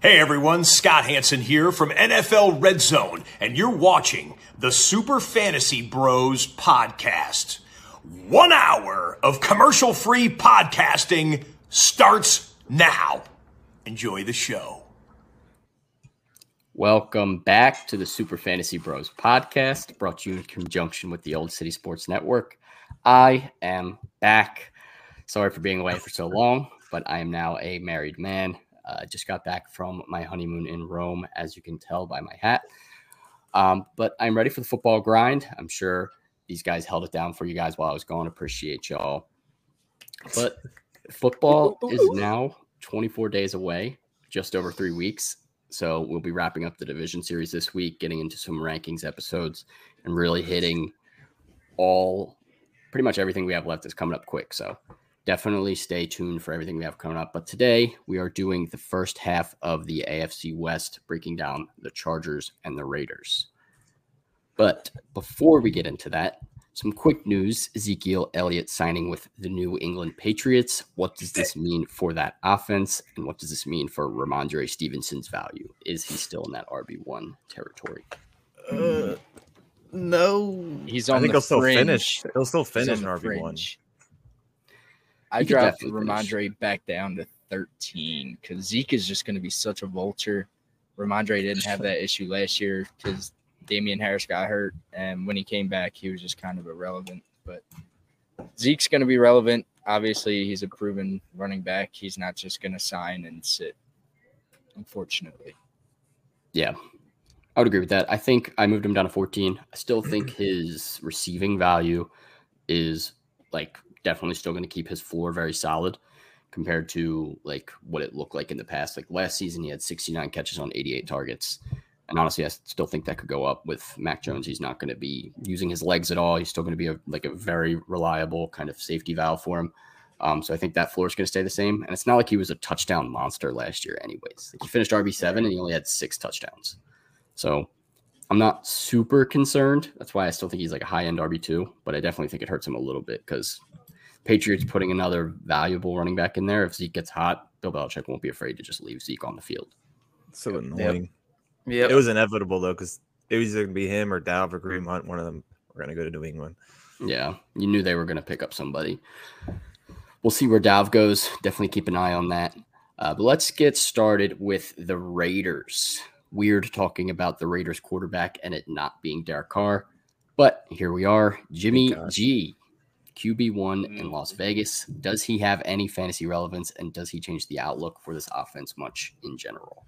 Hey everyone, Scott Hanson here from NFL Red Zone, and you're watching the Super Fantasy Bros podcast. One hour of commercial free podcasting starts now. Enjoy the show. Welcome back to the Super Fantasy Bros podcast, brought to you in conjunction with the Old City Sports Network. I am back. Sorry for being away for so long, but I am now a married man. Uh, just got back from my honeymoon in Rome, as you can tell by my hat. Um, but I'm ready for the football grind. I'm sure these guys held it down for you guys while I was gone. Appreciate y'all. But football is now 24 days away, just over three weeks. So we'll be wrapping up the division series this week, getting into some rankings episodes, and really hitting all pretty much everything we have left is coming up quick. So definitely stay tuned for everything we have coming up. But today we are doing the first half of the AFC West, breaking down the Chargers and the Raiders. But before we get into that, some quick news Ezekiel Elliott signing with the New England Patriots. What does this mean for that offense? And what does this mean for Ramondre Stevenson's value? Is he still in that RB1 territory? No. He's I on think the he'll still fringe. finish. He'll still He's finish on in the RB one. fringe. I He could dropped definitely Ramondre finish. back down to 13 because Zeke is just going to be such a vulture. Ramondre didn't have that issue last year because Damian Harris got hurt, and when he came back, he was just kind of irrelevant. But Zeke's going to be relevant. Obviously, he's a proven running back. He's not just going to sign and sit. Unfortunately, Yeah, I would agree with that. I think I moved him down to 14. I still think his receiving value is like definitely still going to keep his floor very solid compared to like what it looked like in the past. Like last season, he had 69 catches on 88 targets. And honestly, I still think that could go up with Mac Jones. He's not going to be using his legs at all. He's still going to be a, like a very reliable kind of safety valve for him. Um, so I think that floor is going to stay the same. And it's not like he was a touchdown monster last year, anyways. Like he finished RB7 and he only had six touchdowns. So I'm not super concerned. That's why I still think he's like a high end RB2, but I definitely think it hurts him a little bit because Patriots putting another valuable running back in there. If Zeke gets hot, Bill Belichick won't be afraid to just leave Zeke on the field. So annoying. Yep. It was inevitable though, because it was either gonna be him or Dalvin or Green Hunt. One of them were gonna go to New England. Yeah, you knew they were going to pick up somebody. We'll see where Dav goes. Definitely keep an eye on that. Uh, but let's get started with the Raiders. Weird talking about the Raiders quarterback and it not being Derek Carr. But here we are. Jimmy God. G, QB1 in Las Vegas. Does he have any fantasy relevance and does he change the outlook for this offense much in general?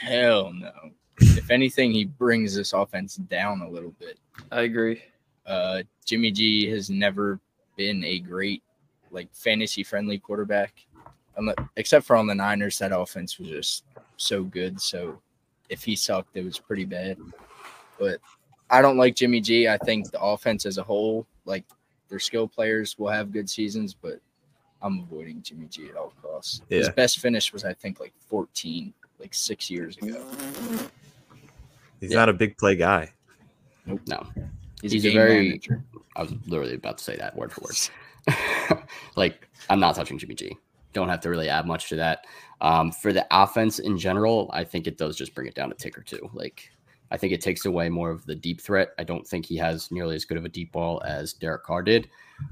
hell no. if anything, he brings this offense down a little bit. I agree. Uh, Jimmy G has never been a great, like fantasy friendly quarterback, Unle- except for on the Niners. That offense was just so good. So if he sucked, it was pretty bad. But I don't like Jimmy G. I think the offense as a whole, like their skill players, will have good seasons, but I'm avoiding Jimmy G at all costs. His Yeah. best finish was, I think, like 14, like six years ago. He's Yeah. not a big play guy. No, He's, He's a a, game very- manager. I was literally about to say that word for word. like, I'm not touching Jimmy G. Don't have to really add much to that. Um, for the offense in general, I think it does just bring it down a tick or two. Like, I think it takes away more of the deep threat. I don't think he has nearly as good of a deep ball as Derek Carr did,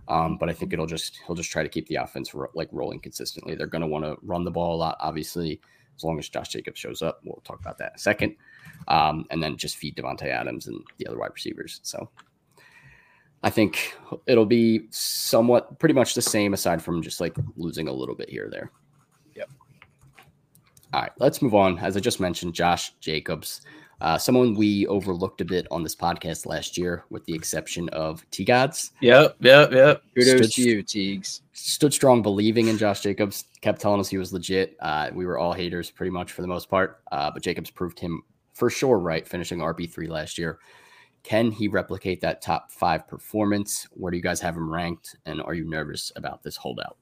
um, but I think it'll just he'll just try to keep the offense ro- like rolling consistently. They're going to want to run the ball a lot, obviously, as long as Josh Jacobs shows up. We'll talk about that in a second, um, and then just feed Devontae Adams and the other wide receivers. So I think it'll be somewhat pretty much the same aside from just like losing a little bit here or there. Yep. All right, let's move on. As I just mentioned, Josh Jacobs, uh, someone we overlooked a bit on this podcast last year, with the exception of T Gods, Yep, yep, yep. Kudos Stood- to you, Teagues. stood strong believing in Josh Jacobs, kept telling us he was legit. Uh, we were all haters pretty much for the most part, uh, but Jacobs proved him for sure right, finishing RB3 last year. Can he replicate that top five performance? Where do you guys have him ranked? And are you nervous about this holdout?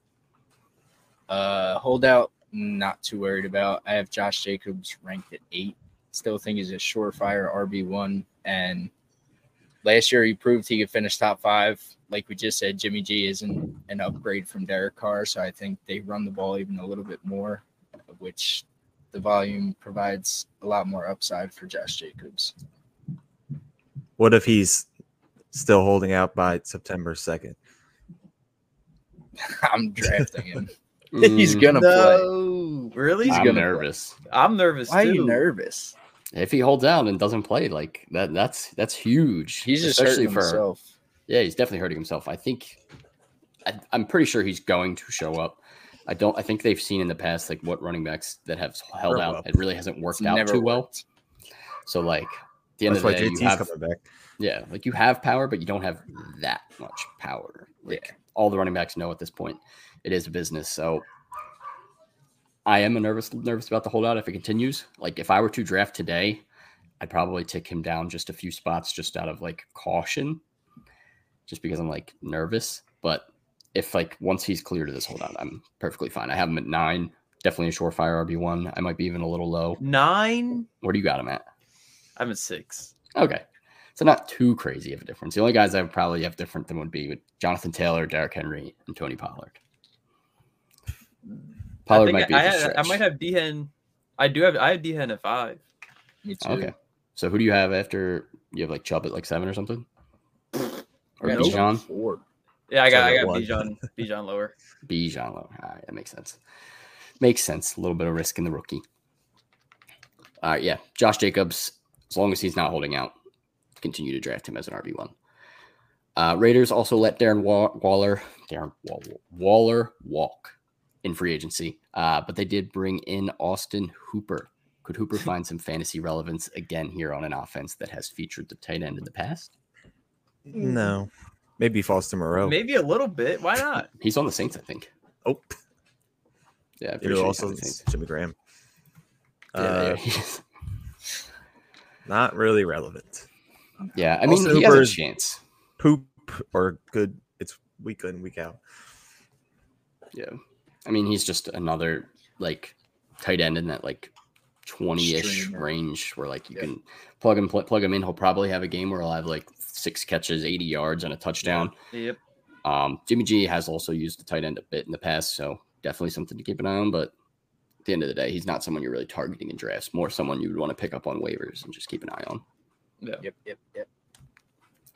Uh, holdout, not too worried about. I have Josh Jacobs ranked at eight. Still think he's a surefire RB one. And last year he proved he could finish top five. Like we just said, Jimmy G isn't an upgrade from Derek Carr, so I think they run the ball even a little bit more, which the volume provides a lot more upside for Josh Jacobs. What if he's still holding out by September 2nd? I'm drafting him. He's He's good. gonna play. really? he's I'm gonna play. nervous. I'm nervous Why are too. you nervous? If he holds out and doesn't play, like that, that's that's huge. He's just Especially hurting himself. Yeah, he's definitely hurting himself. I think I, I'm pretty sure he's going to show up. I don't. I think they've seen in the past like what running backs that have held Never out. will. It really hasn't worked It's out never too well. So like at the end That's of why the day, you JT's have coming back. yeah, like you have power, but you don't have that much power. Like all the running backs know at this point, it is a business. So I am a nervous nervous about the holdout if it continues. Like if I were to draft today, I'd probably tick him down just a few spots just out of like caution, just because I'm like nervous. But if like once he's cleared of this holdout, I'm perfectly fine. I have him at nine, definitely a surefire RB one. I might be even a little low. Nine? Where do you got him at? I'm at six. Okay. So not too crazy of a difference. The only guys I would probably have different than would be with Jonathan Taylor, Derrick Henry, and Tony Pollard. Pollard I, might think be I, a had- stretch. I might have Dehen. I do have I have Dehen at five. Me too. Okay. So who do you have after you have like Chubb at like seven or something? Or I got him Bijan? four. Yeah, I got I Sorry, got one. Bijan Bijan lower. Bijan low. All right, that makes sense. Makes sense. A little bit of risk in the rookie. All right, yeah. Josh Jacobs, as long as he's not holding out, continue to draft him as an RB one. Uh, Raiders also let Darren Wa- Waller, Darren Wa- Wa- Waller walk in free agency, uh, but they did bring in Austin Hooper. Could Hooper find some fantasy relevance again here on an offense that has featured the tight end in the past? No. Maybe Foster Oh. Moreau. Maybe a little bit. Why not? He's on the Saints, I think. Oh, Yeah, I'm it pretty sure he's on also the Saints. Jimmy Graham. Yeah, Uh, yeah, he is. Not really relevant. Yeah, I mean, Also, he has a Hooper's- chance. Poop or good. It's week in, week out. Yeah, I mean, he's just another like tight end in that like twenty-ish Streamer. range where like you Yeah. can plug him pl- plug him in. He'll probably have a game where he'll have like six catches, eighty yards, and a touchdown. Yep. Um, Jimmy G has also used the tight end a bit in the past, so definitely something to keep an eye on. But at the end of the day, he's not someone you're really targeting in drafts. More someone you would want to pick up on waivers and just keep an eye on. Yeah. Yep, yep, yep.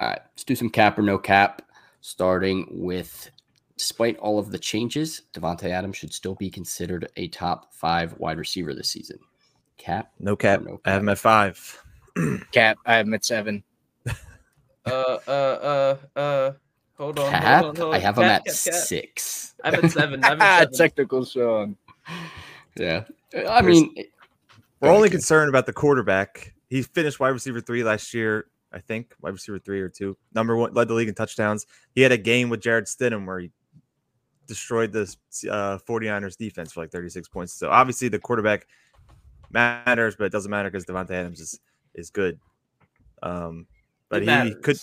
All right, let's do some cap or no cap, starting with despite all of the changes, Devontae Adams should still be considered a top five wide receiver this season. Cap, No cap. No I have him at five. Cap, I have him at seven. Uh uh uh uh hold on, cap. hold on, hold on. I have him Cap, at cap, cap. six. I'm at seven. I'm Ah, at seven. technical song. Yeah, I mean, We're only Gotcha. concerned about the quarterback. He finished wide receiver three last year, I think. Wide receiver three or two. Number one led the league in touchdowns. He had a game with Jared Stidham where he destroyed the uh, 49ers defense for like 36 points. So obviously the quarterback matters, but it doesn't matter because Devontae Adams is is good. Um, but he It matters. could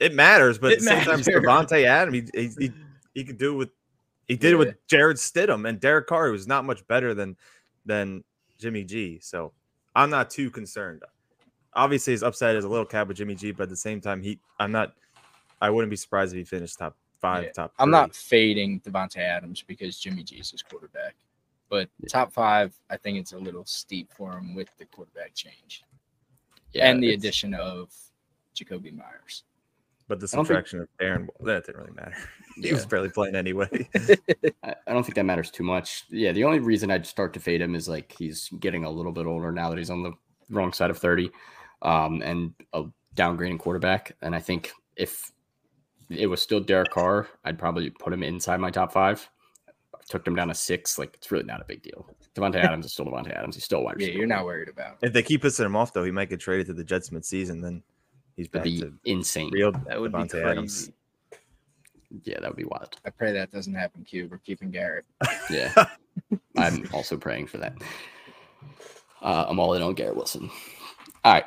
it matters, but It at the same time, it's matters. Devontae Adams, he, he, he, he could do with he did it Yeah. with Jared Stidham and Derek Carr, who's not much better than than Jimmy G. So I'm not too concerned. Obviously, his upside is a little cap with Jimmy G, but at the same time, he I'm not. I wouldn't be surprised if he finished top five, Yeah. top. I'm three. not fading Devontae Adams because Jimmy G is his quarterback. But top five, I think it's a little steep for him with the quarterback change yeah, and the it's- addition of Jacoby Myers. But the I don't think- subtraction of Aaron, that didn't really matter. He yeah. was barely playing anyway. I I don't think that matters too much. Yeah, the only reason I'd start to fade him is like he's getting a little bit older now that he's on the wrong side of 30 um, and a downgrading quarterback. And I think if it was still Derek Carr, I'd probably put him inside my top five. I took him down to six. Like, it's really not a big deal. Devontae Adams is still Devontae Adams. He's still a wide Yeah, receiver. you're not worried about. if they keep pissing him off, though, he might get traded to the Jets mid-season. Then he's That'd be back to insane. real That would be Devontae crazy. Adams. Yeah, that would be wild. I pray that doesn't happen, Q. We're keeping Garrett. Yeah. I'm also praying for that. Uh, I'm all in on Garrett Wilson. All right.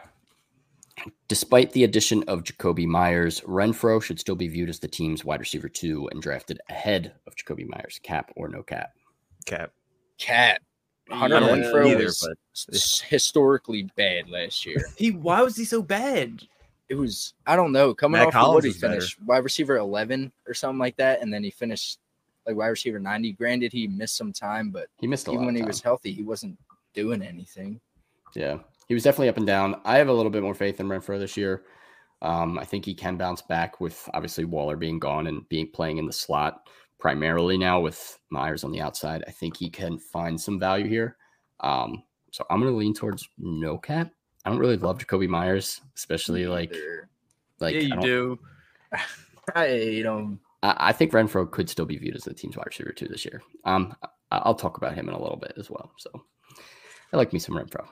Despite the addition of Jacoby Myers, Renfro should still be viewed as the team's wide receiver two and drafted ahead of Jacoby Myers, cap or no cap. cap. Cat. Hunter I don't like Yeah. Renfro either, was but s- historically bad last year. He why was he so bad? It was I don't know coming Matt off of what Collins he was better. finished wide receiver eleven or something like that, and then he finished like wide receiver ninety. Granted, he missed some time, but He missed a lot. Of even when time. he was healthy, he wasn't doing anything. Yeah, he was definitely up and down. I have a little bit more faith in Renfro this year. Um, I think he can bounce back with obviously Waller being gone and being playing in the slot primarily now with Myers on the outside. I think he can find some value here. Um, so I'm going to lean towards no cap. I don't really love Jacoby Myers, especially like Either- like yeah, I, you don't- do. I hate him. I, I think Renfro could still be viewed as the team's wide receiver too this year. Um, I, I'll talk about him in a little bit as well. So I like me some Renfro.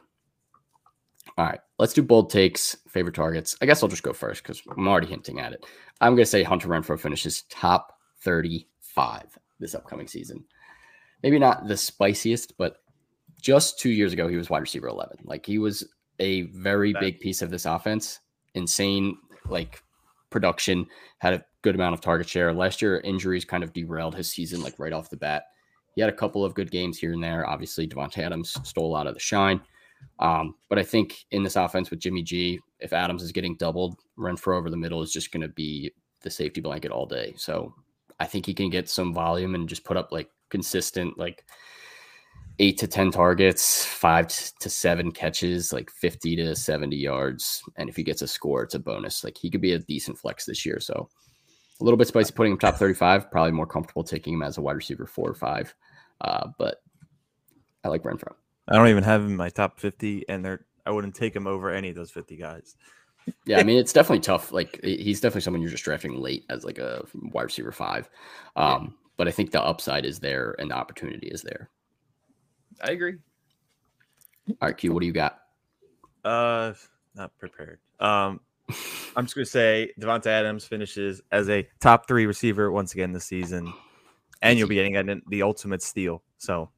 All right, let's do bold takes, favorite targets. I guess I'll just go first because I'm already hinting at it. I'm going to say Hunter Renfro finishes top 35 this upcoming season. Maybe not the spiciest, but just two years ago, he was wide receiver 11. Like he was a very Back. big piece of this offense. Insane, like production, had a good amount of target share. Last year, injuries kind of derailed his season, like right off the bat. He had a couple of good games here and there. Obviously, Devontae Adams stole a lot of the shine. Um, but I think in this offense with Jimmy G, if Adams is getting doubled, Renfro over the middle is just going to be the safety blanket all day. So I think he can get some volume and just put up like consistent, like eight to 10 targets, five t- to seven catches, like 50 to 70 yards. And if he gets a score, it's a bonus. Like he could be a decent flex this year. So a little bit spicy putting him top 35, probably more comfortable taking him as a wide receiver four or five. Uh, but I like Renfro. I don't even have him in my top 50, and they're I wouldn't take him over any of those 50 guys. Yeah, I mean it's definitely tough. Like he- he's definitely someone you're just drafting late as like a wide receiver five. Um, but I think the upside is there and the opportunity is there. I agree. All right, Q, what do you got? Uh, not prepared. Um, I'm just gonna say Devonta Adams finishes as a top three receiver once again this season, and you'll be getting an- the ultimate steal. So,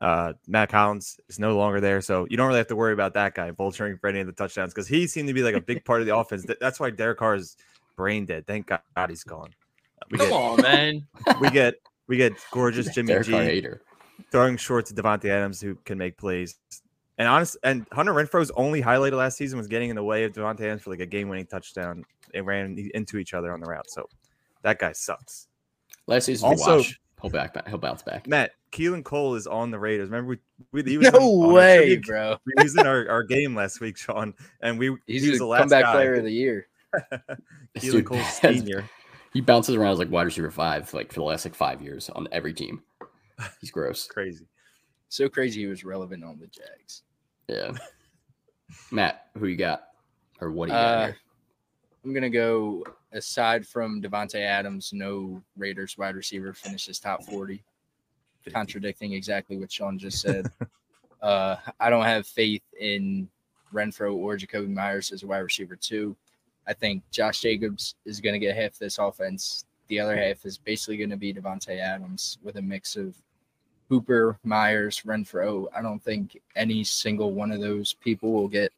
uh, Matt Collins is no longer there, so you don't really have to worry about that guy vulturing for any of the touchdowns because he seemed to be like a big part of the offense. Th- That's why Derek Carr is brain dead. Thank God God he's gone. We Come get on, man. we get we get gorgeous Jimmy Derek G Carr hater. throwing short to Devontae Adams, who can make plays. And honest, and Hunter Renfro's only highlight of last season was getting in the way of Devontae Adams for like a game-winning touchdown. They ran into each other on the route, so that guy sucks. Last season's a Also- wash. He'll back. He'll bounce back. Matt Keelan Cole is on the Raiders. Remember we, we he was No on- on our way, tribute- bro. He was in our, our game last week, Sean, and we He's he was the the last comeback guy. player of the year. This Keelan dude- Cole Senior. he bounces around as like wide receiver five, like for the last like five years on every team. He's gross. Crazy. So crazy he was relevant on the Jags. Yeah. Matt, who you got? Or what do you got Uh, here? I'm gonna go aside from Devonte Adams, no Raiders wide receiver finishes top 40. Contradicting exactly what Sean just said. uh, I don't have faith in Renfro or Jacoby Myers as a wide receiver too. I think Josh Jacobs is gonna get half this offense. The other half is basically gonna be Devonte Adams with a mix of Hooper, Myers, Renfro. I don't think any single one of those people will get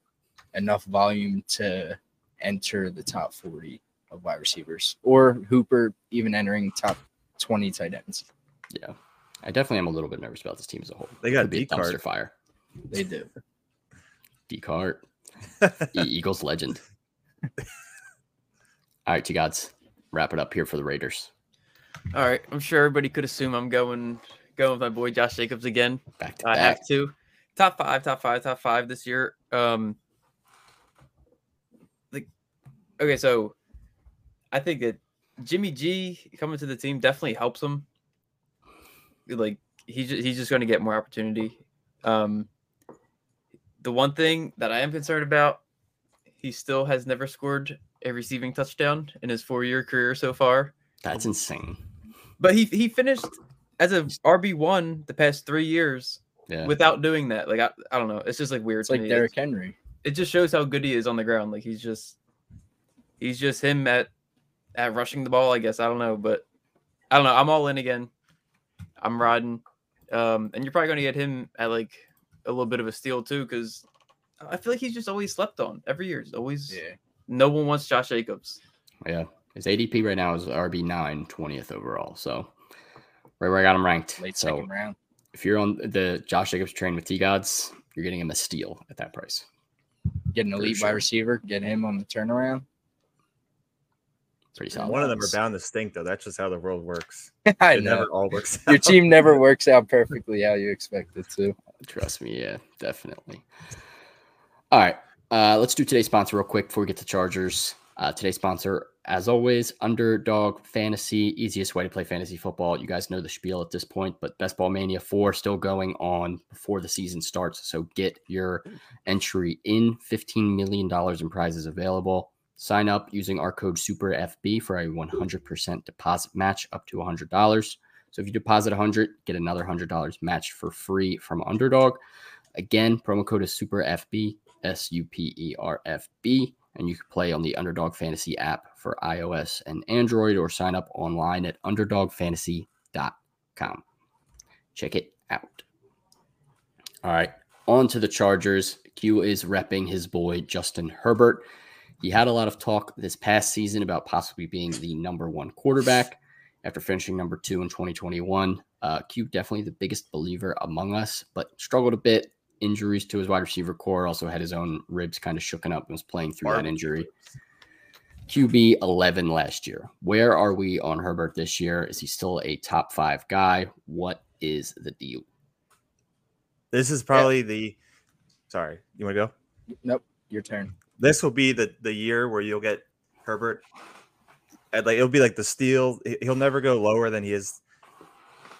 enough volume to enter the top 40 of wide receivers or Hooper even entering top 20 tight ends. Yeah. I definitely am a little bit nervous about this team as a whole. They got Could be a D card. dumpster fire. They do. D card. E- Eagles legend. All right, you guys, wrap it up here for the Raiders. All right. I'm sure everybody could assume I'm going going with my boy Josh Jacobs again. Back to I back. have to. Top five, top five, top five this year. Um the, okay, so I think that Jimmy G coming to the team definitely helps him. Like he's just, he's just going to get more opportunity. Um the one thing that I am concerned about, he still has never scored a receiving touchdown in his four-year career so far. That's insane. But he he finished as a RB one the past three years Yeah. without doing that. Like I, I don't know. It's just like weird. It's to like me. Derrick It, Henry. it just shows how good he is on the ground. Like he's just he's just him at at rushing the ball. I guess I don't know, but I don't know. I'm all in again. I'm riding, um, and you're probably going to get him at like a little bit of a steal too, because I feel like he's just always slept on every year. It's always no one wants Josh Jacobs. yeah. His ADP right now is RB9, 20th overall. So right where I got him ranked. Late so second round. if you're on the Josh Jacobs train with T Gods, you're getting him a steal at that price. Get an For elite sure. wide receiver, get him on the turnaround. Pretty solid. One of them are Adams. bound to stink, though. That's just how the world works. I it know. never all works. Your out. team never works out perfectly how you expect it to. Trust me, yeah, definitely. All right, uh, let's do today's sponsor real quick before we get to Chargers. Uh, today's sponsor, as always, Underdog Fantasy, easiest way to play fantasy football. You guys know the spiel at this point, but Best Ball Mania 4 still going on before the season starts. So get your entry in $15 million in prizes available. Sign up using our code SUPERFB for a 100% deposit match up to $100. So if you deposit 100, get another $100 match for free from Underdog. Again, promo code is SUPERFB, S U P E R F B, and you can play on the Underdog Fantasy app for iOS and Android or sign up online at underdogfantasy.com. Check it out. All right, on to the Chargers. Q is repping his boy Justin Herbert. He had a lot of talk this past season about possibly being the number one quarterback after finishing number two in 2021. Uh, Q definitely the biggest believer among us, but struggled a bit. Injuries to his wide receiver core also had his own ribs kind of shooken up and was playing through that injury. QB 11 last year. Where are we on Herbert this year? Is he still a top five guy? What is the deal? This is probably the. Sorry, you want to go? Nope, your turn. This will be the the year where you'll get Herbert. At like it'll be like the steal. He- He'll never go lower than he is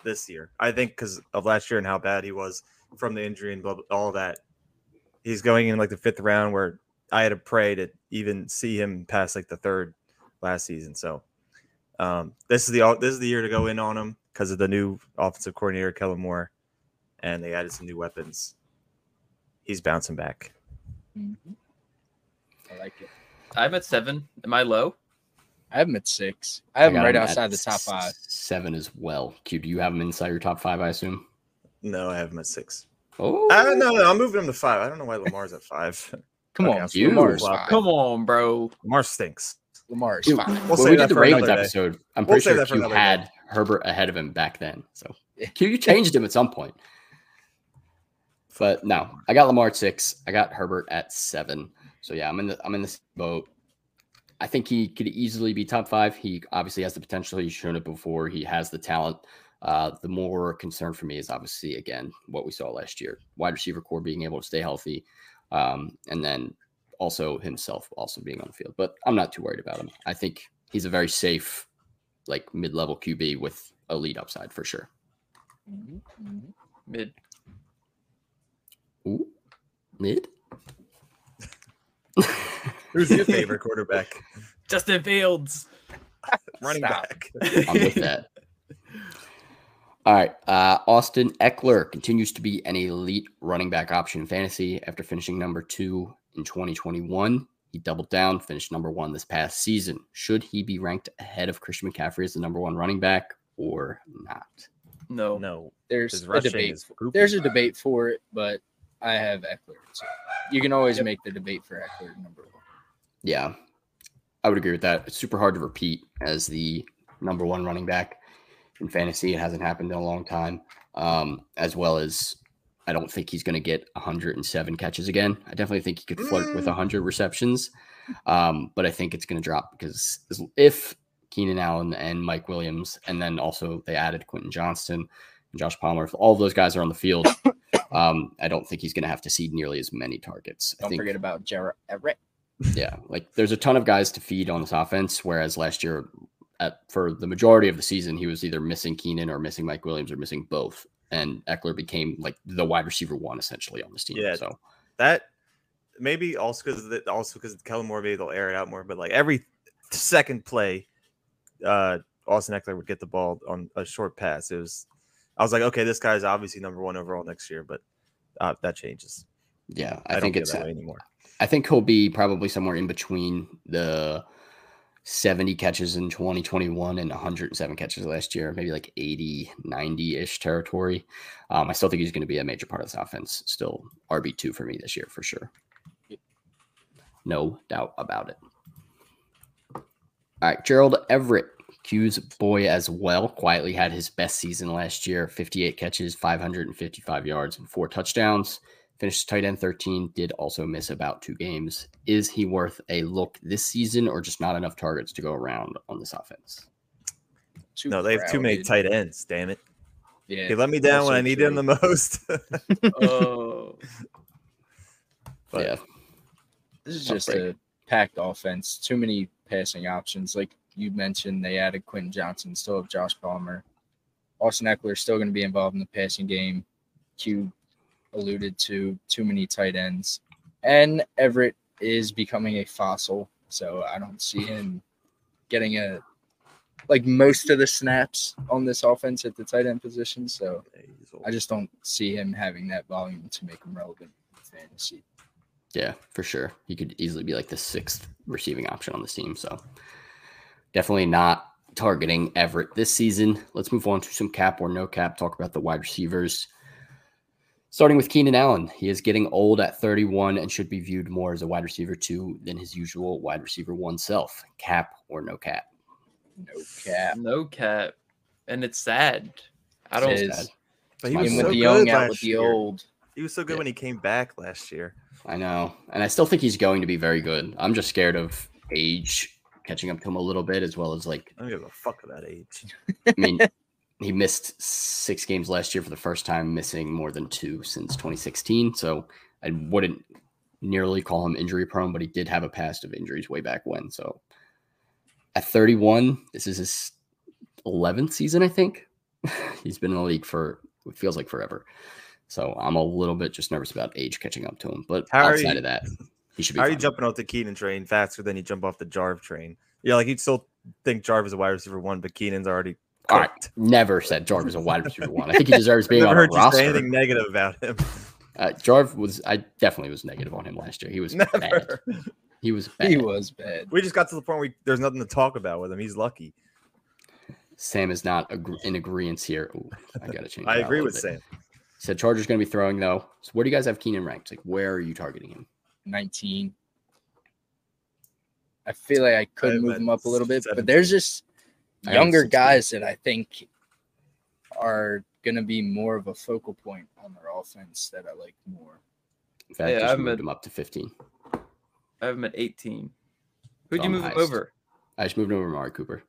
this year. I think because of last year and how bad he was from the injury and blah, blah, all that. He's going in like the fifth round where I had to pray to even see him pass like the third last season. So um, this is the this is the year to go in on him because of the new offensive coordinator Kellen Moore, and they added some new weapons. He's bouncing back. Mm-hmm. I like it. I'm at seven. Am I low? I have him at six. I I have him got right him at outside the top five. Seven as well. Q, do you have him inside your top five, I assume? No, I have him at six. Oh, I don't know. no, I'm moving him to five. I don't know why Lamar's at five. Come Okay, on, I'm sorry. Lamar's Wow. five. Come on, bro. Lamar stinks. Lamar's Dude, five. We'll when we save that did the for Ravens another day. episode, I'm We'll pretty save sure that for Q another day. had Herbert ahead of him back then. So Q, you changed him at some point. But no, I got Lamar at six. I got Herbert at seven. So yeah, I'm in the I'm in this boat. I think he could easily be top five. He obviously has the potential. He's shown it before. He has the talent. Uh, the more concern for me is obviously again what we saw last year: wide receiver core being able to stay healthy, um, and then also himself also being on the field. But I'm not too worried about him. I think he's a very safe, like mid-level QB with elite upside for sure. Mhm, mhm. Mid. Ooh, mid. Who's your favorite quarterback? Justin Fields. Running Stop. back. I'm with that. All right. Uh, Austin Eckler continues to be an elite running back option in fantasy after finishing number two in 2021. He doubled down, finished number one this past season. Should he be ranked ahead of Christian McCaffrey as the number one running back or not? No. No, There's his a rushing debate. is poopy. There's a debate for it, but I have Eckler. So you can always make the debate for Eckler number one. Yeah, I would agree with that. It's super hard to repeat as the number one running back in fantasy. It hasn't happened in a long time. Um, as well as, I don't think he's going to get 107 catches again. I definitely think he could flirt with Mm. 100 receptions, um, but I think it's going to drop because as- if Keenan Allen and Mike Williams, and then also they added Quentin Johnston and Josh Palmer, if all of those guys are on the field, um, I don't think he's going to have to see nearly as many targets. I Don't think forget about Jarrett Everett. yeah, like there's a ton of guys to feed on this offense. Whereas last year, at for the majority of the season, he was either missing Keenan or missing Mike Williams or missing both. And Eckler became like the wide receiver one essentially on this team. Yeah. So that maybe also because also because Kellen Moore maybe they'll air it out more, but like every second play, uh, Austin Eckler would get the ball on a short pass. It was, I was like, okay, this guy's obviously number one overall next year, but uh, that changes. yeah, I, I, think don't it's get that way anymore. I think he'll be probably somewhere in between the 70 catches in 2021 and 107 catches last year, maybe like 80, 90 ish territory. Um, I still think he's going to be a major part of this offense. Still RB2 for me this year for sure. No doubt about it. All right, Gerald Everett, Q's boy as well, quietly had his best season last year 58 catches, 555 yards, and four touchdowns finished tight end 13 did also miss about two games is he worth a look this season or just not enough targets to go around on this offense Too No, they have too many crowded. tight ends. Damn it! Yeah. He let me down when Also I needed him the most. Oh, But- yeah. This is Tough just break. a packed offense. Too many passing options. Like you mentioned, they added Quentin Johnson, still have Josh Palmer. Austin Eckler is still going to be involved in the passing game. Q alluded to too many tight ends. And Everett is becoming a fossil. So I don't see him getting a like most of the snaps on this offense at the tight end position. So I just don't see him having that volume to make him relevant in fantasy. Yeah, for sure. He could easily be like the sixth receiving option on this team. So definitely not targeting Everett this season. Let's move on to some cap or no cap. Talk about the wide receivers. Starting with Keenan Allen, he is getting old at 31 and should be viewed more as a wide receiver two than his usual wide receiver one self. Cap or no cap? No cap. no cap, and it's sad. I don't. It is. Sad. But He He was with so the young, good out last with the year. old. He was so good Yeah. when he came back last year. I know. And I still think he's going to be very good. I'm just scared of age catching up to him a little bit, as well as like I don't give a fuck about age. I mean, he missed six games last year for the first time, missing more than two since 2016. So I wouldn't nearly call him injury prone, but he did have a past of injuries way back when. So at 31, this is his 11th season, I think. He's been in the league for it feels like forever. So I'm a little bit just nervous about age catching up to him. But How are outside you- of that, he should be. How are you fine. jumping off the Keenan train faster than you jump off the Jarv train? Yeah, like you'd still think Jarv is a wide receiver one, but Keenan's already. All right. cooked. Never said Jarvis a wide receiver one. I think he deserves being I've on a never heard you roster. say anything negative about him. Uh, Jarv was I definitely was negative on him last year. He was bad. Never. He was bad. He was bad. We just got to the point where there's nothing to talk about with him. He's lucky. Sam is not agr- in agreement here. Ooh, I gotta change. I that a agree little with bit. Sam. He said Chargers gonna be throwing though. So where do you guys have Keenan ranked? Like where are you targeting him? 19. I feel like I could I'm move at him up a little bit, but there's 17. just I'm at younger 16. guys that I think are going to be more of a focal point on their offense that I like more. In fact, Yeah, just I'm moved at- him up to 15. I have him at 18. Who'd you Tom move him Heist. over? I just moved over Amari Cooper.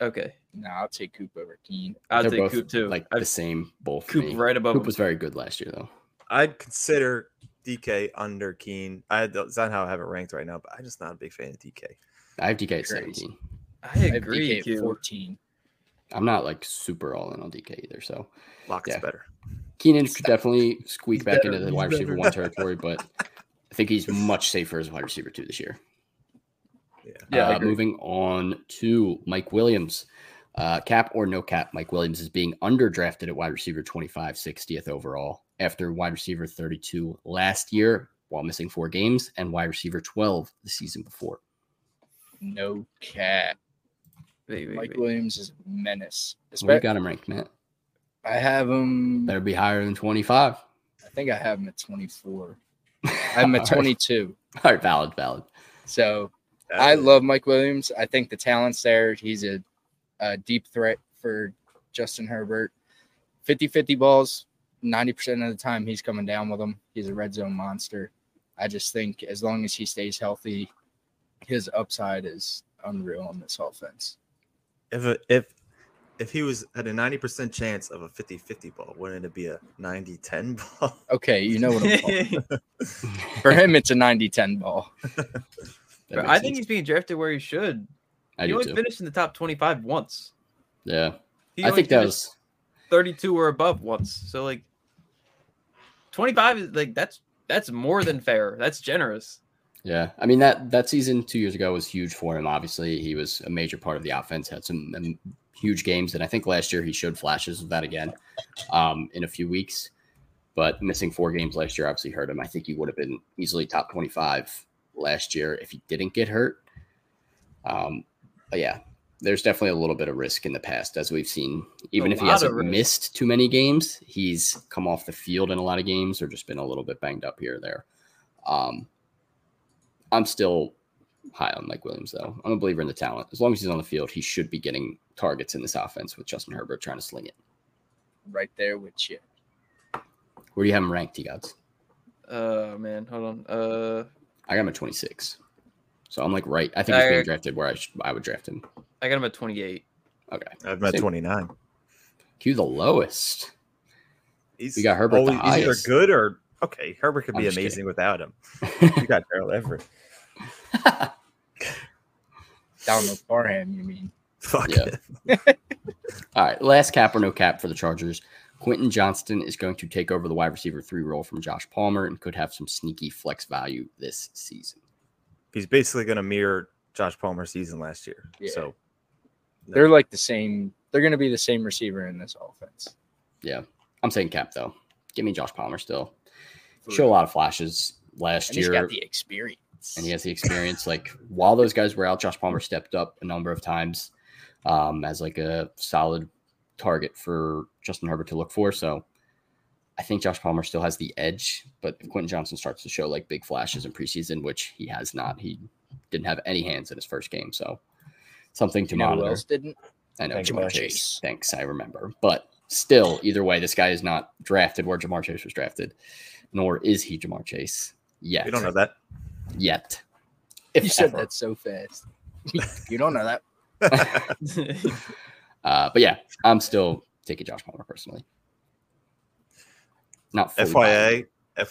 Okay, Now I'll take Coop over Keen. I'll They're take both, Coop too. Like I the same both. for me. Coop right above Coop him. was very good last year though. I'd consider DK under Keen. I that's not how I have it ranked right now, but I'm just not a big fan of DK. I have DK at Crazy. 17. I I have DK agree, at Q. 14. I'm not like super all in on DK either. So Lockett's Yeah. better. Keenan could definitely squeak He's back better. into the He's wide receiver better. one territory, but I think he's much safer as a wide receiver two this year. Yeah. Yeah, I Uh, agree. moving on to Mike Williams. Uh, cap or no cap, Mike Williams is being underdrafted at wide receiver 25, 60th overall after wide receiver 32 last year while missing four games and wide receiver 12 the season before. No cap. Wait, wait, Mike wait. Williams is a menace. Where you Espe- got him ranked, Matt? I have him. Better be higher than 25. I think I have him at 24. I'm at All right. 22. All right, valid, valid. So I love Mike Williams. I think the talent's there. He's a, a deep threat for Justin Herbert. 50 50 balls, 90% of the time he's coming down with them. He's a red zone monster. I just think as long as he stays healthy, his upside is unreal on this offense. if a, if if he was had a 90% chance of a 50-50 ball, wouldn't it be a 90-10 ball? Okay, you know what I'm talking For him, it's a 90 10 ball. That I makes think sense. he's being drafted where he should. I he do only too. finished in the top 25 once. Yeah. He I only think that finished was 32 or above once. So like 25 is like that's that's more than fair. That's generous. Yeah, I mean that that season two years ago was huge for him. Obviously, he was a major part of the offense. Had some um, huge games, and I think last year he showed flashes of that again um, in a few weeks. But missing four games last year obviously hurt him. I think he would have been easily top twenty-five last year if he didn't get hurt. Um, but yeah, there's definitely a little bit of risk in the past, as we've seen. Even A if he lot of hasn't risk. missed too many games, he's come off the field in a lot of games or just been a little bit banged up here or there. Um, I'm still high on Mike Williams, though. I'm a believer in the talent. As long as he's on the field, he should be getting targets in this offense with Justin Herbert trying to sling it. Right there with you. Where do you have him ranked, T-Gods? Uh man, hold on. Uh I got him at 26. So I'm like right. I think he's being Alright. drafted where I, sh- I would draft him. I got him at 28. Okay. I've met Same. 29. Q the lowest. He's We got Herbert the he's either highest. good or okay. Herbert could I'm be just amazing kidding. without him. you got Gerald Everett. Down the Parham, you mean? Fuck Yeah. it. All right, last cap or no cap for the Chargers. Quentin Johnston is going to take over the wide receiver three role from Josh Palmer and could have some sneaky flex value this season. He's basically going to mirror Josh Palmer's season last year. Yeah. So They're like the same. They're going to be the same receiver in this offense. I'm saying cap though. Give me Josh Palmer still. For Show a real. lot of flashes last And he's year, got the experience. and he has the experience. like while those guys were out, Josh Palmer stepped up a number of times um, as like a solid target for Justin Herbert to look for. So I think Josh Palmer still has the edge, but if Quentin Johnson starts to show like big flashes in preseason, which he has not. He didn't have any hands in his first game, so something to you know who monitor. else didn't? I know Thank you, Jamar Jamar Chase. Chase. Thanks, I remember. But still, either way, this guy is not drafted where Jamar Chase was drafted, nor is he Jamar Chase yet. we don't know that. yet. If You said ever. that so fast. you don't know that. Uh, but yeah, I'm still taking Josh Palmer personally. Not fully buying. FYI,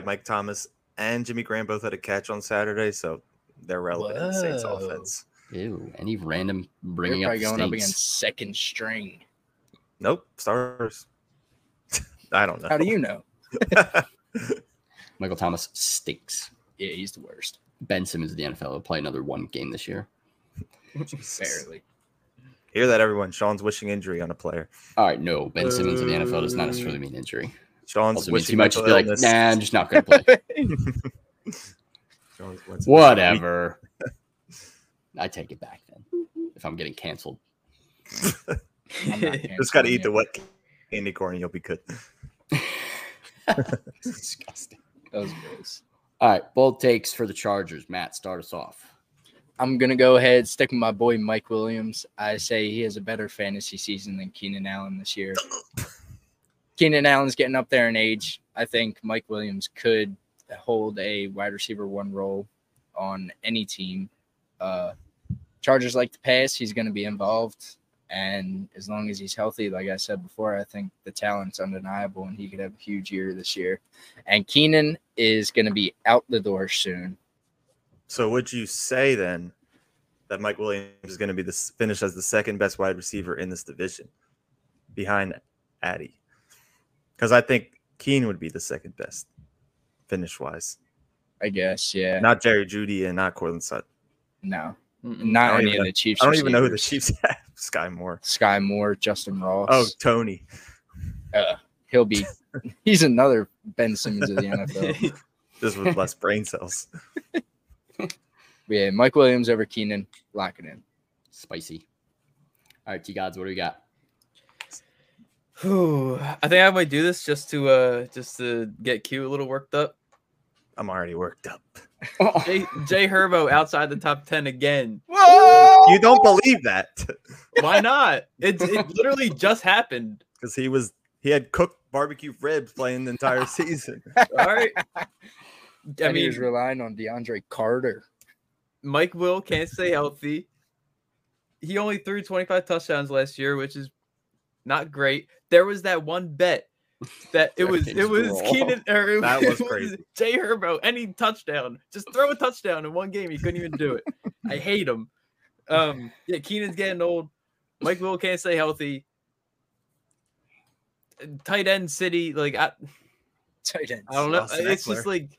FYI, Mike Thomas and Jimmy Graham both had a catch on Saturday, so they're relevant in the Saints Whoa. offense. Ew, any random We're bringing up probably going up Saints. against second string. Nope, starters. I don't know. How do you know? Michael Thomas stinks. Yeah, he's the worst. Ben Simmons of the NFL will play another one game this year. Jesus. Barely. hear that, everyone? Sean's wishing injury on a player. All right, no, Ben Simmons of the NFL does not necessarily mean injury. Sean's Also means wishing he might just be mental like, illness. nah, I'm just not going to play. Sean's wishing- Whatever. I take it back then. If I'm getting canceled, I'm not Just got to canceling eat the it. wet candy corn, and you'll be good. It's disgusting. That was gross. All right, bold takes for the Chargers. Matt, start us off. I'm gonna go ahead stick with my boy Mike Williams. I say he has a better fantasy season than Keenan Allen this year. Keenan Allen's getting up there in age. I think Mike Williams could hold a wide receiver one role on any team. Uh, Chargers like to pass. He's going to be involved, and as long as he's healthy, like I said before, I think the talent's undeniable, and he could have a huge year this year. And Keenan is going to be out the door soon. So, would you say then that Mike Williams is going to be the s- finished as the second best wide receiver in this division, behind Addy? Because I think Keen would be the second best, finish wise. I guess, yeah. Not Jerry Judy and not Cortland Sutton. no. Mm-mm. I Not don't any even of the Chiefs. I don't even know who the receivers. Chiefs have. Sky Moore. Sky Moore, Justin Ross. Oh, Tony. Uh, he'll be. He's another Ben Simmons of the NFL. This with less brain cells. But yeah, Mike Williams over Keenan, lock it in. Spicy. All right, T Gods, what do we got? Whew. I think I might do this just to uh just to get Q a little worked up. I'm already worked up. Jay, Jay Herbo outside the top ten again. You don't believe that Why not? It, it literally just happened. because he was he had cooked barbecue ribs playing the entire season. All right. I and he mean, was relying on DeAndre Carter. Mike Will can't stay healthy. He only threw 25 touchdowns last year, which is not great. There was that one bet that it That was thing's it was raw. Keenan or it That was was crazy. Jay Herbo. Any touchdown, just throw a touchdown in one game. He couldn't even do it. I hate him. Um, yeah, Keenan's getting old. Mike Will can't stay healthy. Tight end city, like I, Tight ends. I don't know. Austin it's Eckler. just like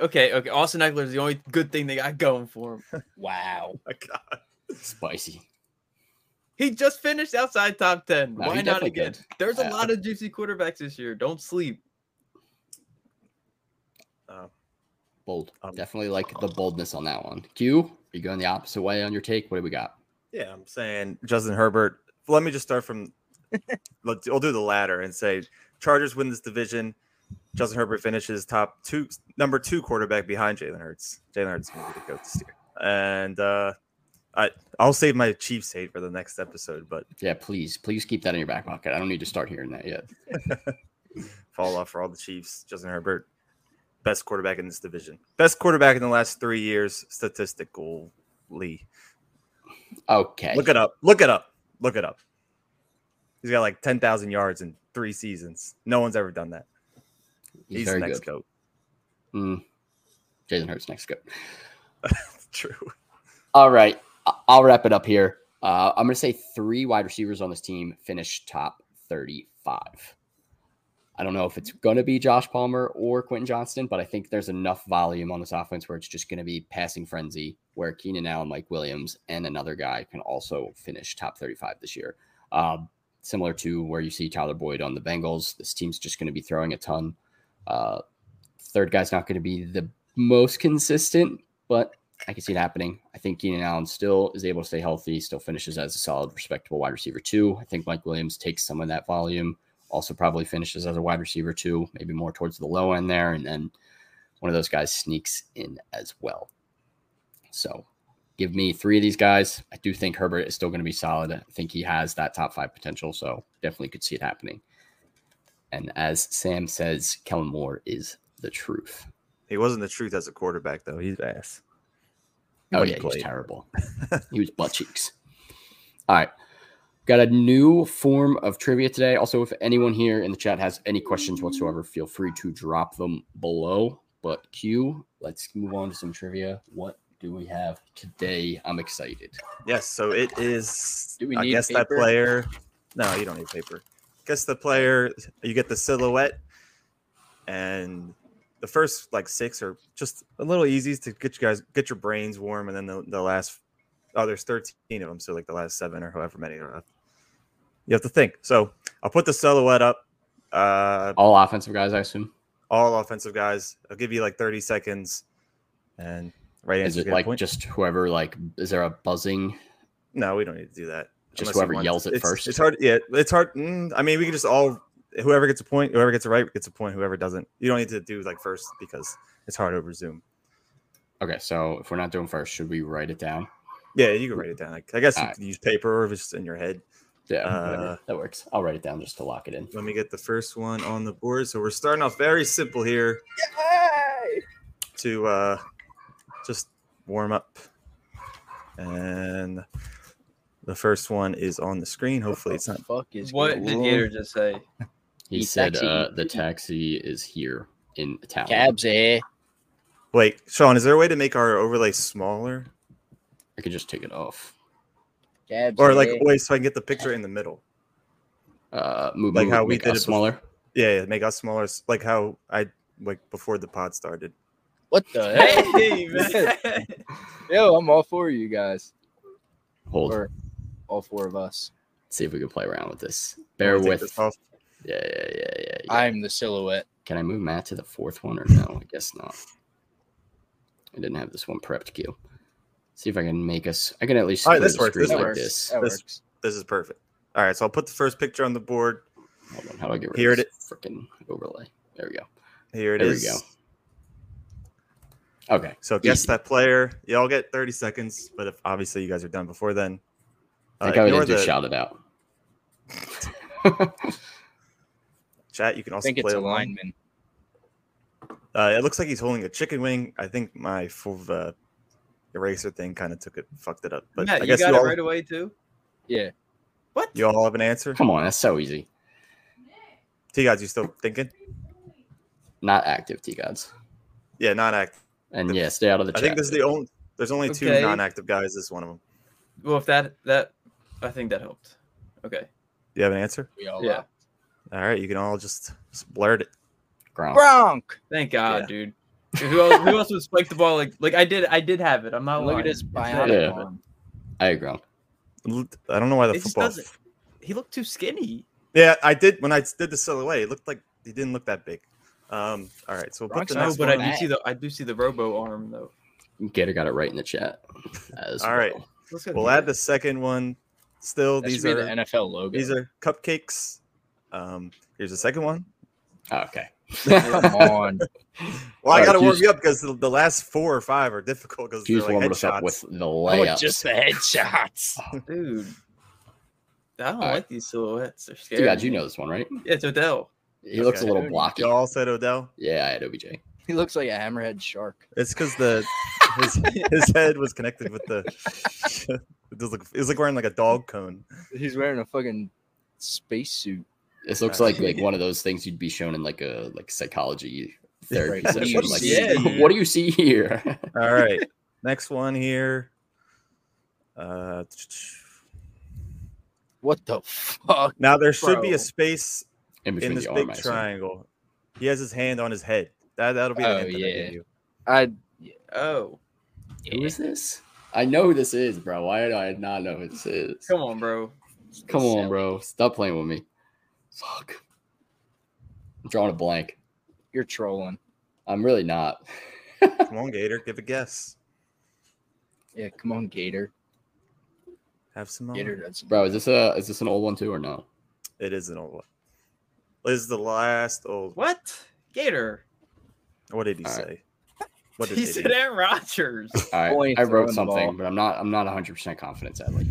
okay, okay. Austin Eckler is the only good thing they got going for him. Wow. My God. Spicy. He just finished outside top 10. No, he Why not definitely again? did. There's Yeah. a lot of juicy quarterbacks this year. Don't sleep. Bold. Um, Definitely like the boldness on that one. Q, are you going the opposite way on your take? What do we got? Yeah, I'm saying Justin Herbert. Let me just start from. let's, I'll do the latter and say Chargers win this division. Justin Herbert finishes top two, number two quarterback behind Jalen Hurts. Jalen Hurts is going to be the goat this year, and uh, I I'll save my Chiefs hate for the next episode, but Yeah, please, please keep that in your back pocket. I don't need to start hearing that yet. fall off for all the Chiefs. Justin Herbert, best quarterback in this division, best quarterback in the last three years statistically. Okay. Look it up. Look it up. Look it up. He's got like 10,000 yards in three seasons. No one's ever done that. He's, He's, the very next good. goat. Mm. Jalen Hurts next good. True. All right, I- I'll wrap it up here. Uh, I'm going to say three wide receivers on this team finish top 35. I don't know if it's going to be Josh Palmer or Quentin Johnston, but I think there's enough volume on this offense where it's just going to be passing frenzy, where Keenan Allen, Mike Williams, and another guy can also finish top 35 this year. Um, similar to where you see Tyler Boyd on the Bengals, this team's just going to be throwing a ton. Uh, third guy's not going to be the most consistent, but I can see it happening. I think Keenan Allen still is able to stay healthy, still finishes as a solid, respectable wide receiver too. I think Mike Williams takes some of that volume, also probably finishes as a wide receiver too, maybe more towards the low end there, and then one of those guys sneaks in as well. So give me three of these guys. I do think Herbert is still going to be solid. I think he has that top five potential, so definitely could see it happening. And as Sam says, Kellen Moore is the truth. He wasn't the truth as a quarterback, though. He's ass. Oh when he yeah, he was played. terrible. he was butt cheeks. All right. Got a new form of trivia today. Also, if anyone here in the chat has any questions whatsoever, feel free to drop them below. But Q, let's move on to some trivia. What do we have today? I'm excited. Yes, so it is. Do we I need guess that paper? player. No, you don't need paper. Guess the player. You get the silhouette, and the first like six are just a little easy to get you guys get your brains warm, and then the, the last. Oh, there's 13 of them, so like the last seven or however many are up. You have to think. So I'll put the silhouette up. Uh, All offensive guys, I assume. all offensive guys. I'll give you like 30 seconds, and right Is answer. it like just whoever like is there a buzzing? No, we don't need to do that. Just Unless you whoever want yells it it's, first? It's hard. Yeah, it's hard. Mm, I mean, we can just all whoever gets a point, whoever gets it right gets a point. Whoever doesn't, you don't need to do like first because it's hard over Zoom. Okay, so if we're not doing first, should we write it down? Yeah, you can write it down. Like, I guess you Alright. can use paper or if it's just in your head. Yeah, whatever. Uh, that works. I'll write it down just to lock it in. Let me get the first one on the board. So we're starting off very simple here to uh, just warm up. And the first one is on the screen. Hopefully, it's not. fuck is What going did on? Gator just say? He The said taxi- uh, the taxi is here in Italian. Cabs, eh? Wait, Sean, is there a way to make our overlay smaller? I could just take it off. Cabs, or like eh? wait so i can get the picture in the middle Uh, move, Like move how it, we make did us it bef- smaller. yeah, yeah make us smaller s- like how i like before the pod started what the heck? Hey, man. Yo, I'm all for you guys. Hold. Or all four of us. See if we can play around with this. Bear Wanna take with. this off? Yeah, yeah, yeah, yeah. yeah. I'm the silhouette. Can I move Matt to the fourth one or no? I guess not. I didn't have this one prepped. Q. See if I can make us. I can at least All right, clear this the works, screen this like works. this. That This- works. this is perfect all right so i'll put the first picture on the board Hold on. How do I get rid Here of it this freaking overlay? There we go. here it There we is. go. Okay. so guess Easy. that player y'all get 30 seconds but if obviously you guys are done before then I think uh, I would ignore have just the shouted out. chat you can I also think play it's a along. lineman. Uh, it looks like he's holding a chicken wing i think my full uh, eraser thing kind of took it fucked it up but Matt, i you guess you, got it all, right away too. Yeah. What? you all have an answer Come on, that's so easy. t guys you still thinking Not active, T gods. yeah not active And yeah, stay out of the I chat. think this is the only. There's only two Okay. non-active guys. This is one of them. Well, if that that, I think that helped. Okay. You have an answer? We Oh, all Yeah. are. All right, you can all just, just blurt it. Gronk. Gronk. Thank God, Yeah. dude. Who else? Who else would spike the ball? Like, like I did. I did have it. I'm not Look lying. at his It's bionic Yeah. arm. I agree. Gronk. L- I don't know why the It just football. doesn't- there. He looked too skinny. Yeah, I did when I did the silhouette. It looked like he didn't look that big. Um. All right, so we'll put Bronx the No, next but one. I one- do see the I do see the Robo arm though. Gator got it right in the chat. As All right. well. Let's go. We'll add the second one. Still, That should these be are the NFL logo. these are cupcakes. Um. Here's the second one. Oh, okay. Come on. Well, I Alright, gotta warm Houston- you up because the, the last four or five are difficult because they're Hughes like warmed us up headshots. with the Oh, layup. just the headshots. dude. I don't right. like these silhouettes. They're T scary. gods, you know this one, right? Yeah, it's Odell. He looks a Okay. little blocky. Y'all said Odell. Yeah, I had OBJ. He looks like a hammerhead shark. It's because the his, his head was connected with the. It was, like, it was like wearing like a dog cone. He's wearing a fucking spacesuit. This looks like like one of those things you'd be shown in like a like psychology therapy Right. session. What do you Like, see? what do you see here? All right. Next one here. Uh, What the fuck? now there should be Bro. a space in between in this the big arm, I assume. triangle. He has his hand on his head. That that'll be the Oh, hint that I yeah. give you. I Oh, Who is this? I know who this is, bro. Why do I not know who this is? come on, bro. Come on, bro. Stop playing with me. Fuck. I'm drawing a blank. You're trolling. I'm really not. Come on, Gator, give a guess. Yeah, come on, Gator. Have some. Gator Gator. doesn't. Bro, is this a is this an old one too or no? It is an old one. This is the last old. What, What? Gator. did he All say? right. What did He he say? said Aaron Rodgers. All Boy, right, I throwing wrote the something, ball. but I'm not I'm not 100 percent confident sadly.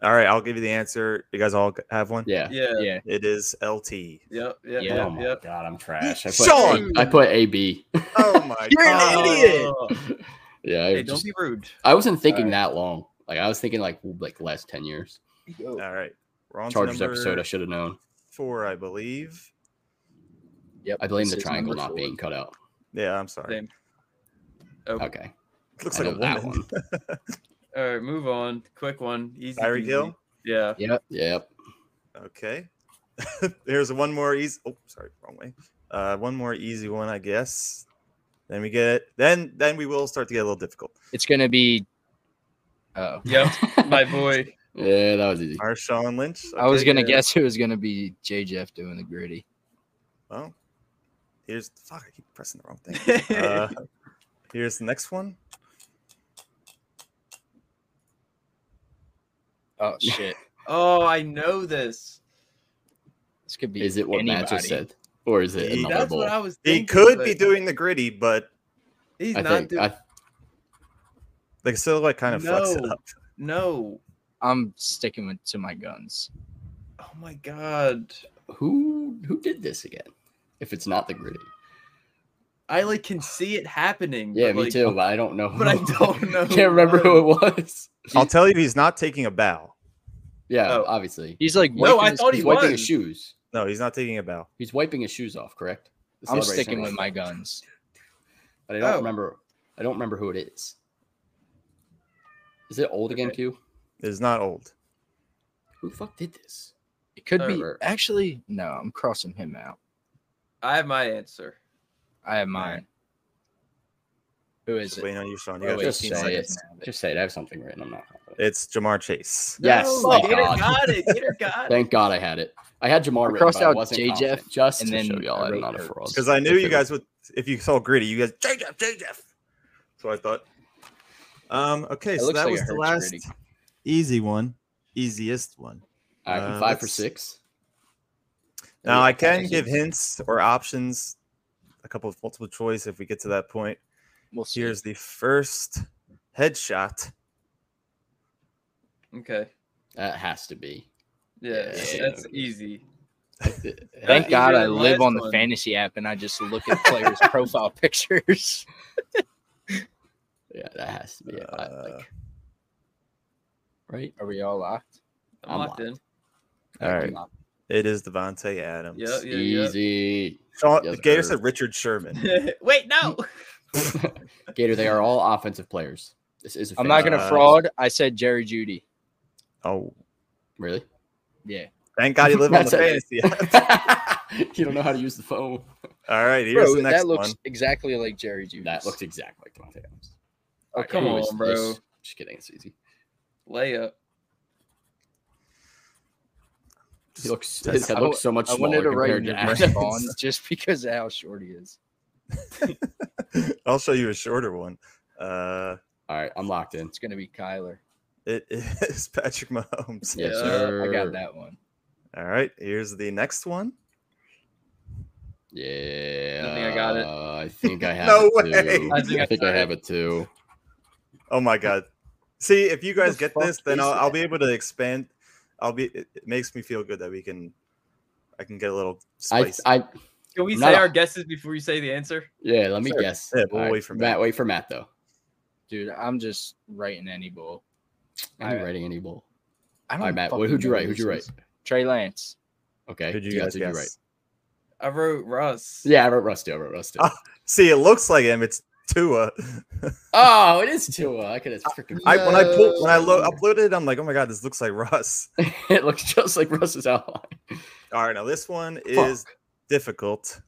All right, I'll give you the answer. You guys all have one. Yeah. Yeah. Yeah, It is LT. Yep. Yep. Yeah. oh Yep. my Yep. god, I'm trash. I put, Sean! I put A B. Oh my You're an god! idiot! Oh. yeah, I, Hey, just, don't be rude. I wasn't thinking Alright. that long. Like I was thinking like like last 10 years. Yo, All right, we're on to Chargers number episode I should have known. four, I believe. yep. I blame this the is triangle number not four. being cut out. Yeah, I'm sorry. Same. Oh. Okay. Looks I like a know that woman. All right, move on. Quick one. Easy. Tyreek peasy. Hill? Yeah. Yep. Yep. Okay. There's one more easy. Oh, sorry, wrong way. Uh, one more easy one, I guess. Then we get then then we will start to get a little difficult. It's gonna be. Oh, Yep. My boy. Yeah, that was easy. Marshawn Lynch. I was okay, gonna yeah. guess it was gonna be J Jeff doing the gritty. Well, here's fuck. I keep pressing the wrong thing. Uh, here's the next one. Oh shit! oh, I know this. This could be. Is it what anybody. Matt just said? Or is it He- another That's bowl? what I was He thinking. could be but doing the gritty, but He's I not think doing. I, like silhouette kind of fucks it No. up. no. I'm sticking with, to my guns. Oh my god. who who did this again? If it's not the gritty. I like can see it happening. Yeah, but, me like, too, but I don't know. but I who- don't know who it Can't remember who it was. I'll tell you, he's not taking a bow. Yeah, Oh. obviously. He's like, No, wiping I his- thought he He's wiping was. his shoes. No, he's not taking a bow. He's wiping his shoes off, correct? The I'm celebration sticking was- with my guns. But I don't Oh. remember. I don't remember who it is. Is it old again, Okay. Q? It is not old. Who the fuck did this? It could be Alright. actually. No, I'm crossing him out. I have my answer. I have mine. Who is Just it? waiting on you, Sean. You Oh, got wait, Just 15 Sean. say seconds. it. seconds now. Just say it. I have something written. I'm not confident. It's Jamar Chase. Yes, No, thank Gator God. got it. Gator got it. Thank God I had it. I had Jamar written, crossed but I out wasn't J. Jeff, confident, just and to then show y'all I I'm wrote not a Hurts. fraud. Because I knew If you it was- guys would, if you saw gritty, you guys, J Jeff, J Jeff. That's what I thought. Um, okay, It so looks that like was a the Hurts last gritty. easy one, easiest one. All right, I'm Uh, five for let's- six. Now Yeah, I five for can give six. hints or options, a couple of multiple choice if we get to that point. We'll see. Here's the first headshot. Okay. That has to be. Yeah, Yeah. that's easy. Thank Easier God I than live last on the one. fantasy app and I just look at players' profile pictures. Yeah, that has to be. it. I- Uh, like, right? Are we all locked? I'm, I'm locked, locked. in. All right, it is Devonte Adams. Yeah, yeah, yeah. Easy. Sean, Yes, Gator sir. said Richard Sherman. Wait, no. Gator, they are all offensive players. This is. a I'm not fantasy- uh, gonna fraud. I said Jerry Judy. Oh, Really? Yeah. thank God you live on the That's it. fantasy. app. you don't know how to use the phone. All right, here's the Bro, next that looks one. exactly like Jerry Judy. That looks exactly like Devontae Adams. Oh, Alright, come who is on, bro. this? Just kidding. It's easy. Layup. He looks. Just- His head I looks so much I smaller wanted to write compared to Nick Adams. Vaughn just because of how short he is. I'll show you a shorter one. Uh, All right, I'm locked in. It's gonna be Kyler. it is Patrick Mahomes. Yes, Yeah, sir. I got that one. All right, here's the next one. Yeah. I think I got it. I think I have No it way. too. I I think think I I, got it. have it too. Oh my god! See, if you guys the get fuck this, then is I'll, I'll that? be able to expand. I'll be. It, it makes me feel good that we can. I can get a little I, spicy. I Can we I'm say not- our guesses before you say the answer? yeah. Let me Sure. guess. Yeah, we'll All right, wait for Matt. Matt. Wait for Matt though. Dude, I'm just writing any bull. I'm Alright. writing any bowl. I All right, Matt. fucking What, who'd you know write? who Who'd you this write? is. Trey Lance. Okay. Who'd you yeah, guys you're guess? I wrote Russ. Yeah, I wrote Rusty. I wrote Rusty. Ah. See, it looks like him. It's Tua. oh, it is Tua. I could have freaking. I, when I pull, when I lo- uploaded it, I'm like, oh my god, this looks like Russ. it looks just like Russ's outline. All right, now this one is difficult,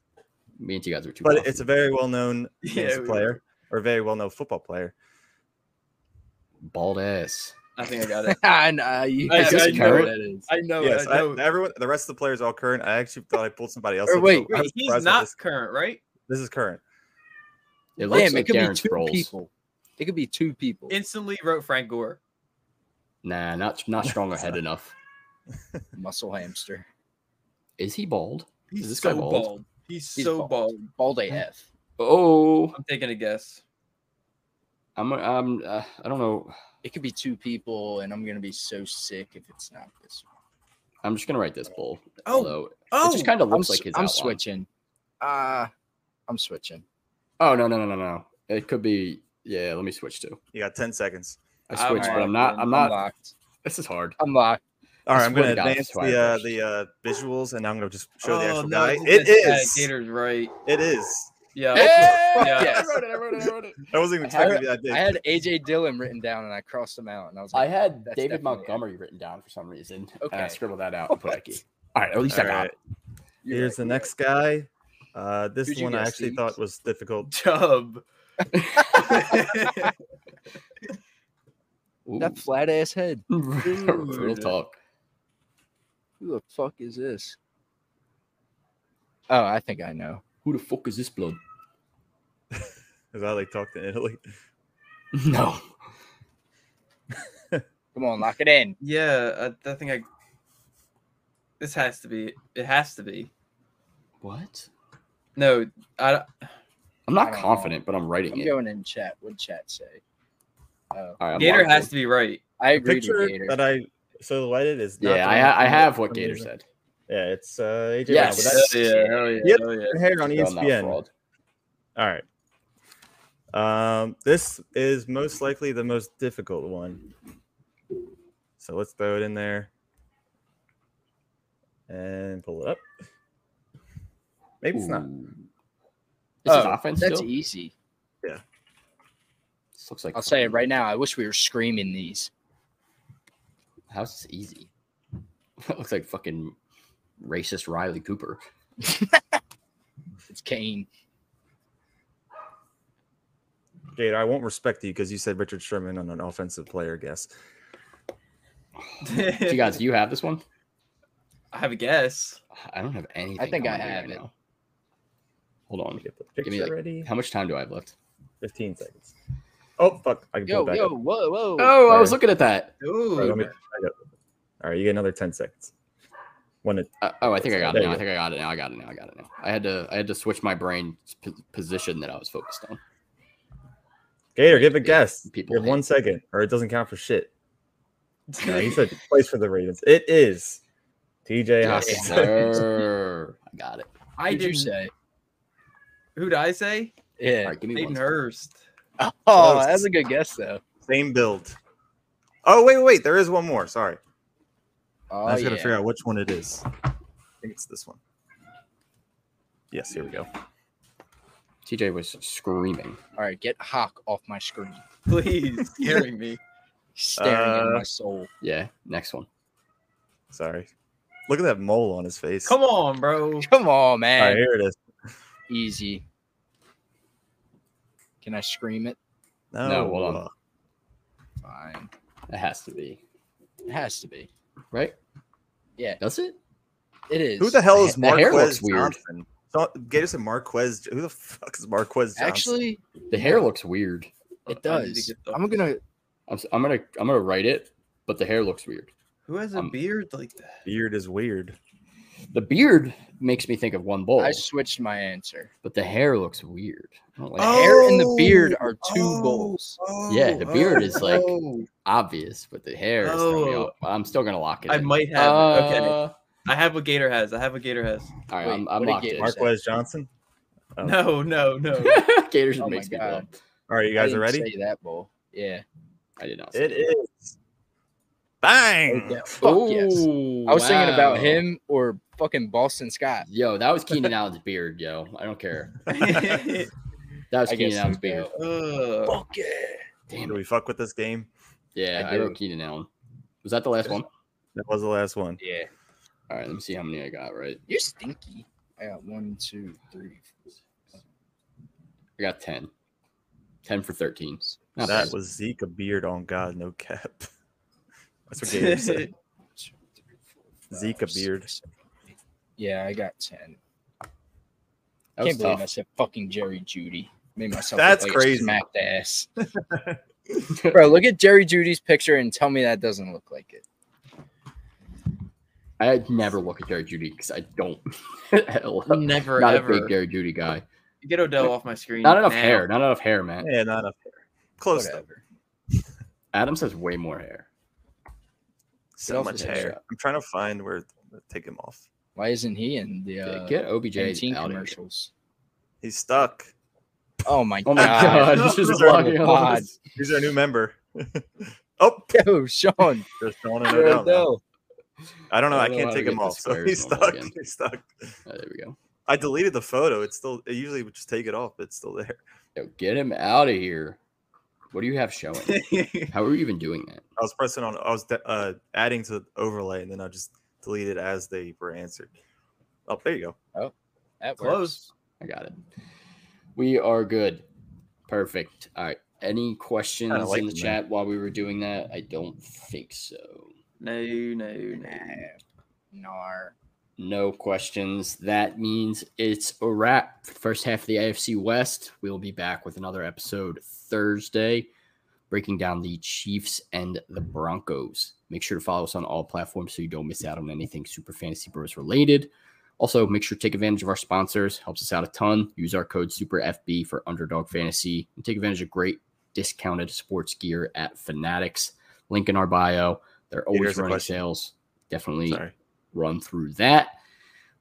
Me and you guys were too. but off. it's a very well-known Yeah, tennis we were. player or very well-known football player. bald ass. I think I got it. Ah, I know. You, I- I, I know know. what that is. I know. yes, I I- know. everyone. The rest of the players are all current. I actually thought I pulled somebody else. Or up, wait, so I was Wait, he's surprised by not This, current, right? this is current. It looks Damn, like it could Darren be two Sproles. people. It could be two people. Instantly wrote Frank Gore. Nah, not not strong or head enough. Muscle hamster. Is he bald? He's this guy so bald? bald? He's, He's so bald. bald. Bald AF. Oh, I'm taking a guess. I'm I'm uh, I don't know. It could be two people, and I'm gonna be so sick if it's not this. one. I'm just gonna write this bull. Oh, although it Oh, just kind of I'm, looks like his. am outline. switching. Uh I'm switching. Oh no no no no no! It could be. Yeah, let me switch too. You got ten seconds. I I'm switched, but locked I'm not. in. I'm I'm not. locked. This is hard. I'm locked. All right, I I'm swear to going to God, advance that's who I the uh, brushed. the uh, visuals, and now I'm going to just show the oh, actual no, guy. he's It got Chad is. Gator's right. It is. Yeah. Hey! Yeah. Yes. I wrote it. I wrote it. I wrote it. I wasn't even I had- expecting it to be I that had AJ Dillon written down, and I crossed him out, and I was I like, had That's David definitely Montgomery written down for some reason. Okay, and I Okay. scribbled that out and put Ike. All right, at least I got All right. it. big. "You're Here's right, the you're next guy. Uh, this Who'd you one I guess, actually Steve? thought was difficult. Chubb. Ooh. right." that flat ass head. Real talk. Who the fuck is this? Oh, I think I know. Who the fuck is this blood? Because I like talked in Italy. No. Come on, lock it in. yeah, I, I think I. This has to be. It has to be. What? No, I. I'm I not don't know. confident, but I'm writing I'm it. going in chat. What chat say? Oh, All right, I'm Gator locked has in. to be right. I The agree picture with Gator. that I silhouetted is not Yeah, the I, one ha- I from have the- what from Gator the- said. Yeah, it's uh, AJ Yes. Yeah, Brown. But that's yeah, hell yeah, Yep. hell yeah. hair on E Girl, not ESPN. fraud. All right. Um, this is most likely the most difficult one. So let's throw it in there and pull it up. Maybe it's not. Ooh. This is Oh, offense that's still? easy. This looks like I'll say it fucking- right now. I wish we were screaming these. How's this easy? That looks like fucking racist Riley Cooper. It's Kane. Gator, I won't respect you because you said Richard Sherman on an offensive player guess. Do you guys, do you have this one? I have a guess. I don't have anything. think on I me have it. now. Hold on. Get the picture like- ready. How much time do I have left? 15 seconds. Oh, fuck. I can pull Yo, it back yo, up. whoa, whoa. Oh, I was Sorry. looking at that. All right, let me- Ooh, I got- all right, you get another 10 seconds. One at Uh, oh, I think I got it There you now. I go. think I got it now. I got it now. I got it now. I had to. I had to switch my brain p- position that I was focused on. Gator, give a Yeah, guess. people People you have hate one second, or it doesn't count for shit. No, he said place for the Ravens. It is TJ Yes, Hawkinson. sir. I got it. I did you didn't- say? who'd I say? All Yeah. right, give me Hayden one. Hurst. Oh, Close. that's a good guess though. Same build. Oh wait, wait, there is one more. Sorry, Oh, I was gonna yeah. figure out which one it is. I think it's this one. Yes, here we go. TJ was screaming. All right, get Hawk off my screen. Please, scaring me. He's staring Uh, at my soul. Yeah. Next one. Sorry. Look at that mole on his face. Come on, bro. Come on, All right, man. here it is. Easy. Can I scream it? No, No, hold on. uh, Fine. It has to be It has to be. right. Yeah. Does it? It is. who the hell The is ha- the hair looks Marquez weird. Johnson? Don't- Gator said Marquez. Who the fuck is Marquez Johnson? Actually, The hair looks weird. it I need to does. get the- I'm gonna. I'm, s- I'm gonna. I'm gonna write it, but the hair looks weird. Who has a Um, beard like that? beard is weird. The beard makes me think of one bowl, I switched my answer. but the hair looks weird. I don't like The hair and the Oh, beard are two oh, goals. Yeah, the beard is like- oh. obvious, but the hair. Is throwing me Oh. off. I'm still gonna lock it. I in. might have. it. Okay, Uh, I have what Gator has. I have what Gator has. All right, Wait, I'm, I'm what did locked Gator in. Mark- Marquez Johnson. Oh. No, no, no. Gator Oh should my makes me God. up. All right, you I guys are didn't ready? Say that bowl. Yeah. I did not. say It is Bang. Yeah, fuck yes. Ooh, I was thinking about wow. him or fucking Boston Scott. Yo, that was Keenan Allen's beard, yo. I don't care. That was I guess Keenan Allen's so, beard. yeah. Ugh. Fuck yeah. Damn Do it. we fuck with this game? Yeah, I I, do. wrote Keenan Allen. Was that the last one? That was the last one. Yeah. All right, let me see how many I got right. You're stinky. I got one, two, three. four, six. I got 10. 10 for 13. Not bad. That was Zeke a beard on God, no cap. That's what Gator said. One, two, three, four, five, Zeke a six, beard. seven, eight. Yeah, I got ten. That was Can't believe I tough. said fucking Jerry Judy. Made myself That's look like I crazy. smacked the ass. Bro, look at Jerry Judy's picture and tell me that doesn't look like it. I never look at Jerry Judy because I don't. I'm Never not a ever big Jerry Judy guy. get Odell off my screen. Not enough now. hair. Not enough hair, man. Yeah, not enough hair. Close though. Whatever. Adams has way more hair. So off much his head hair. shot. I'm trying to find where to take him off. Why isn't he in the Yeah, uh, Get OBJ Pantene out of here. commercials? He's stuck. Oh my Oh my Ah. god, god. this is Terrible logging on. pod. He's our new member. oh, Yo, Sean. there's Sean and You're Odell. now. Odell. I don't know. I I don't know can't how take to him get the off. So squares he's normal stuck. again. He's stuck. Oh, there we go. I deleted the photo. It's still. It usually would just take it off, but it's still there. Yo, get him out of here. What do you have showing? How are you even doing that? I was pressing on. I was de- uh, adding to the overlay, and then I just deleted as they were answered. Oh, there you go. That works. Close. I got it. We are good. Perfect. All right. Any questions like in the them, man. chat while we were doing that? I don't think so. No, no, no. Nah. Nar. No questions. That means it's a wrap. First half of the AFC West. We'll be back with another episode Thursday, breaking down the Chiefs and the Broncos. Make sure to follow us on all platforms so you don't miss out on anything Super Fantasy Bros related. Also, make sure to take advantage of our sponsors. Helps us out a ton. Use our code SuperFB for Underdog Fantasy and take advantage of great discounted sports gear at Fanatics. Link in our bio. They're always Here's a running question. sales. Definitely Sorry. run through that.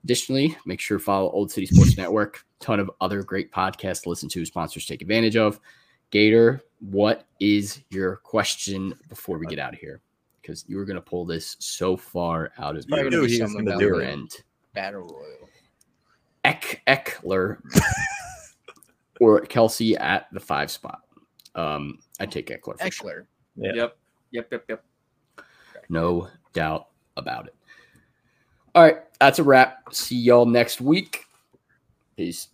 Additionally, make sure to follow Old City Sports Network. Ton of other great podcasts to listen to, sponsors take advantage of. Gator, what is your question before we get out of here? Because you were going to pull this so far out of probably your, gonna be he was something gonna about do your it. end. Battle Royal. Eck Eckler or Kelsey at the five spot. Um, I take Eckler. For sure. Eckler. Yeah. Yep. Yep. Yep. Yep. No doubt about it. All right, that's a wrap. See y'all next week. Peace.